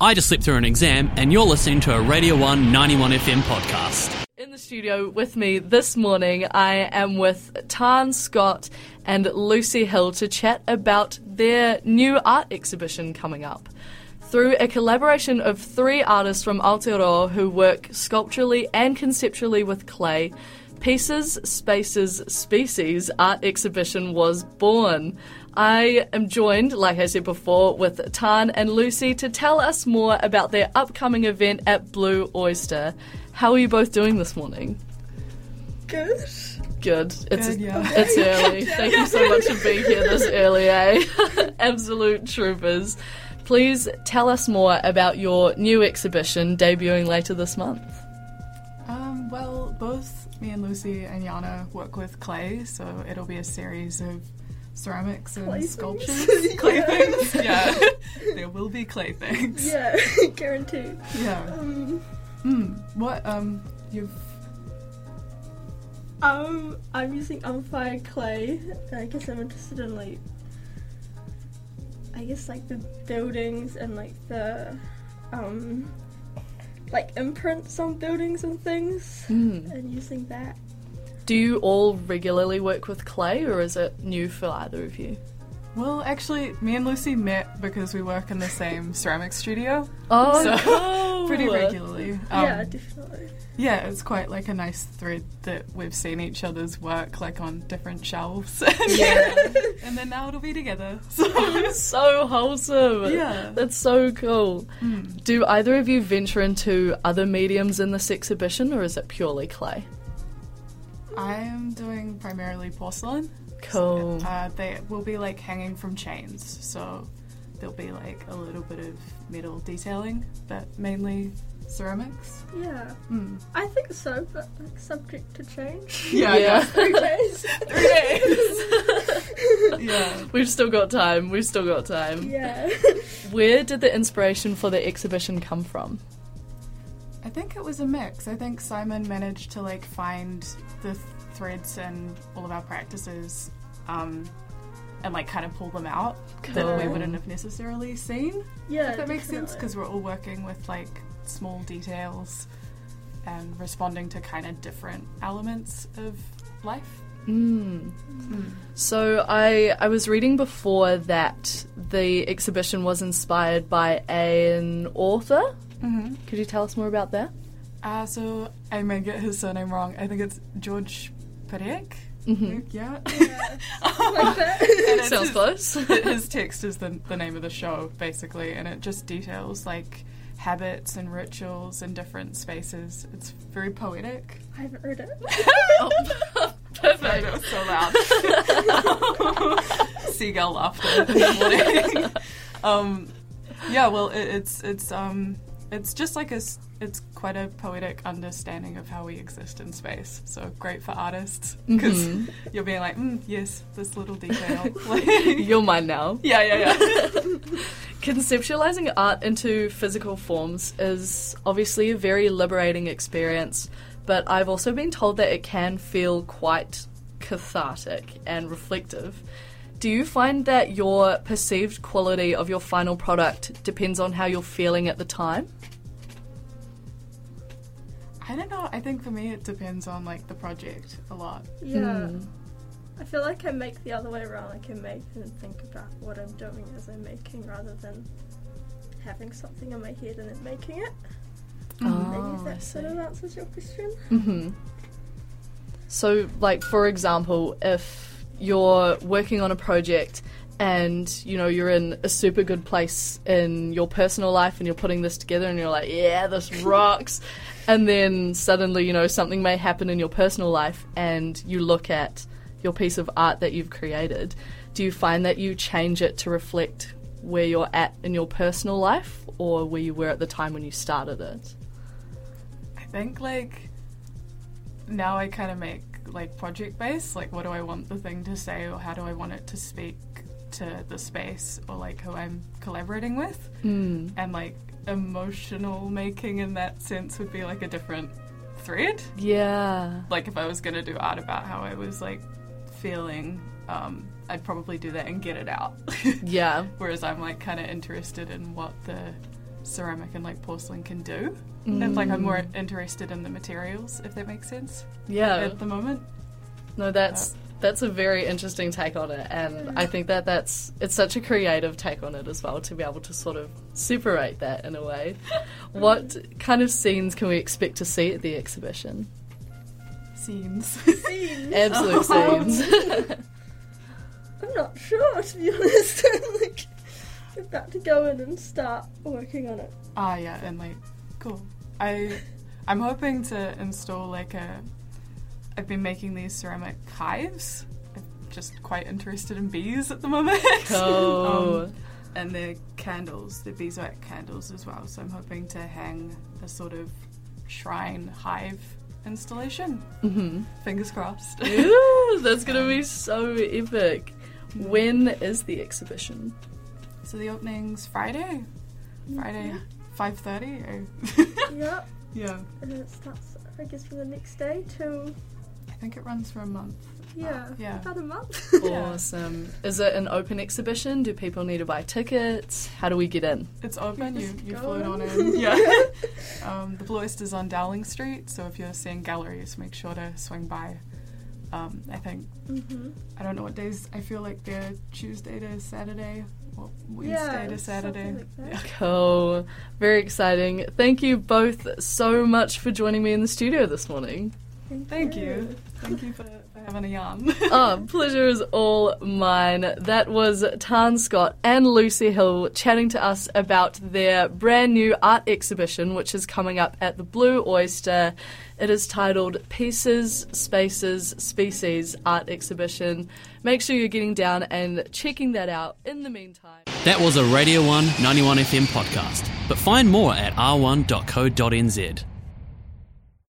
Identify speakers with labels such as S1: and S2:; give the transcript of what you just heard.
S1: I just slipped through an exam, and you're listening to a Radio 1 91 FM podcast.
S2: In the studio with me this morning, I am with Tan Scott and Lucy Hill to chat about their new art exhibition coming up. Through a collaboration of three artists from Aotearoa who work sculpturally and conceptually with clay, Pieces, Spaces, Species art exhibition was born. I am joined, like I said before, with Tan and Lucy to tell us more about their upcoming event at Blue Oyster. How are you both doing this morning?
S3: Good.
S2: Good. It's
S3: Good, yeah.
S2: it's early. Thank you so much for being here this early, eh? Absolute troopers. Please tell us more about your new exhibition debuting later this month.
S3: Um, well, both me and Lucy and Yana work with clay, so it'll be a series of ceramics and sculptures. Clay things. Yeah. there will be clay things.
S4: Yeah, guaranteed.
S3: Yeah.
S4: Um,
S3: Mm. What um you've
S4: um, I'm using unfired clay. I guess I'm interested in like, I guess like the buildings and like the, um, like imprints on buildings and things,
S3: Hmm.
S4: and using that.
S2: Do you all regularly work with clay, or is it new for either of you?
S3: well actually me and Lucy met because we work in the same ceramic studio
S2: Oh,
S3: So,
S2: no.
S3: pretty regularly. Um,
S4: yeah, definitely.
S3: yeah, it's quite like a nice thread that we've seen each other's work like on different shelves. and then now it'll be together. So
S2: so wholesome.
S3: Yeah.
S2: that's so cool. Do either of you venture into other mediums in this exhibition, or is it purely clay?
S3: I am doing primarily porcelain.
S2: Cool.
S3: Uh, they will be like hanging from chains, so there'll be like a little bit of metal detailing, but mainly ceramics.
S4: Yeah,
S3: Mm.
S4: I think so, but like subject to change.
S3: Yeah,
S4: Who cares?
S3: yeah.
S2: We've still got time. We've still got time.
S4: yeah.
S2: Where did the inspiration for the exhibition come from?
S3: I think it was a mix. I think Simon managed to like find the th- threads in all of our practices, um, and like kind of pull them out that we
S2: Cool.
S3: wouldn't have necessarily seen.
S4: Yeah.
S3: If that makes sense,
S4: definitely.
S3: because we're all working with like small details and responding to kind of different elements of life.
S2: Mm.
S4: Hmm.
S2: So I I was reading before that the exhibition was inspired by an author.
S3: Mm-hmm.
S2: Could you tell us more about that?
S3: Uh, so I may get his surname wrong. I think it's George Perec.
S4: Mm-hmm.
S2: Mhm.
S3: Yeah.
S4: like that.
S3: And it's
S2: Sounds
S3: his-
S2: close.
S3: his text is the, the name of the show basically and it just details like habits and rituals in different spaces it's very poetic
S4: I haven't read it.
S3: Sorry, that was so loud seagull laughter this morning um, yeah well it, it's it's um it's just like a s- it's quite a poetic understanding of how we exist in space so great for artists because you're being like mm, yes this little detail Like-
S2: You're mine now.
S3: yeah yeah yeah
S2: Conceptualizing art into physical forms is obviously a very liberating experience, but I've also been told that it can feel quite cathartic and reflective. Do you find that your perceived quality of your final product depends on how you're feeling at the time?
S3: I don't know. I think for me, it depends on like the project a lot.
S4: Yeah. I feel like I make the other way around. I can make and think about what I'm doing as I'm making rather than having something in my head and then making it. Maybe
S3: Ah,
S2: Oh,
S4: if
S2: I
S4: that sort
S2: see.
S4: of answers your question.
S3: Mm.
S2: hmm So, like for example, if you're working on a project and you know you're in a super good place in your personal life and you're putting this together and you're like, yeah, this rocks, and then suddenly you know something may happen in your personal life and you look at your piece of art that you've created, do you find that you change it to reflect where you're at in your personal life or where you were at the time when you started it?
S3: I think like now I kind of make like project based. Like, what do I want the thing to say, or how do I want it to speak to the space, or like who I'm collaborating with,
S2: Mm.
S3: and like emotional making in that sense would be like a different thread.
S2: Yeah.
S3: Like, if I was gonna do art about how I was like feeling, um, I'd probably do that and get it out.
S2: Yeah.
S3: Whereas I'm like kind of interested in what the ceramic and like porcelain can do. And like I'm more interested in the materials, if that makes sense,
S2: Mm. Yeah.
S3: at the moment.
S2: No, that's that's a very interesting take on it, and I think that that's it's such a creative take on it as well to be able to sort of separate that in a way. what kind of scenes can we expect to see at the exhibition?
S3: Scenes.
S2: Absolute
S3: Oh.
S2: scenes.
S4: I'm not sure to be honest. I'm like about to go in and start working on it.
S3: Ah, yeah, and like, cool. I, I'm hoping to install like a. I've been making these ceramic hives. I'm just quite interested in bees at the moment.
S2: Oh.
S3: Um, and they're candles, they're beeswax candles as well. So I'm hoping to hang a sort of shrine hive installation.
S2: Mhm.
S3: Fingers crossed.
S2: Ooh, that's gonna be so epic. When is the exhibition?
S3: so the opening's Friday, Friday, five thirty.
S4: Yep.
S3: yeah,
S4: And then it starts I guess from the next day till
S3: I think it runs for a month.
S4: yeah,
S3: yeah.
S4: about a month.
S3: Yeah.
S2: Awesome. Is it an open exhibition? Do people need to buy tickets? How do we get in?
S3: It's open. You
S4: Just
S3: you
S4: go
S3: float on
S4: in.
S3: in. Yeah. um, the Blue Oyster's on Dowling Street, so if you're seeing galleries, make sure to swing by. Um, I think
S4: mm-hmm.
S3: I don't know what days. I feel like they're Tuesday to Saturday or Wednesday
S4: Yeah,
S3: to
S4: it's
S3: Saturday.
S4: something like that.
S2: Cool. Very exciting. Thank you both so much for joining me in the studio this morning.
S3: Thank you. Thank you for, for having a yarn.
S2: oh, pleasure is all mine. That was Tan Scott and Lucy Hill chatting to us about their brand new art exhibition, which is coming up at the Blue Oyster. It is titled Pieces, Spaces, Species Art Exhibition. Make sure you're getting down and checking that out in the meantime.
S1: That was a Radio 1 91 FM podcast, but find more at r1.co.nz.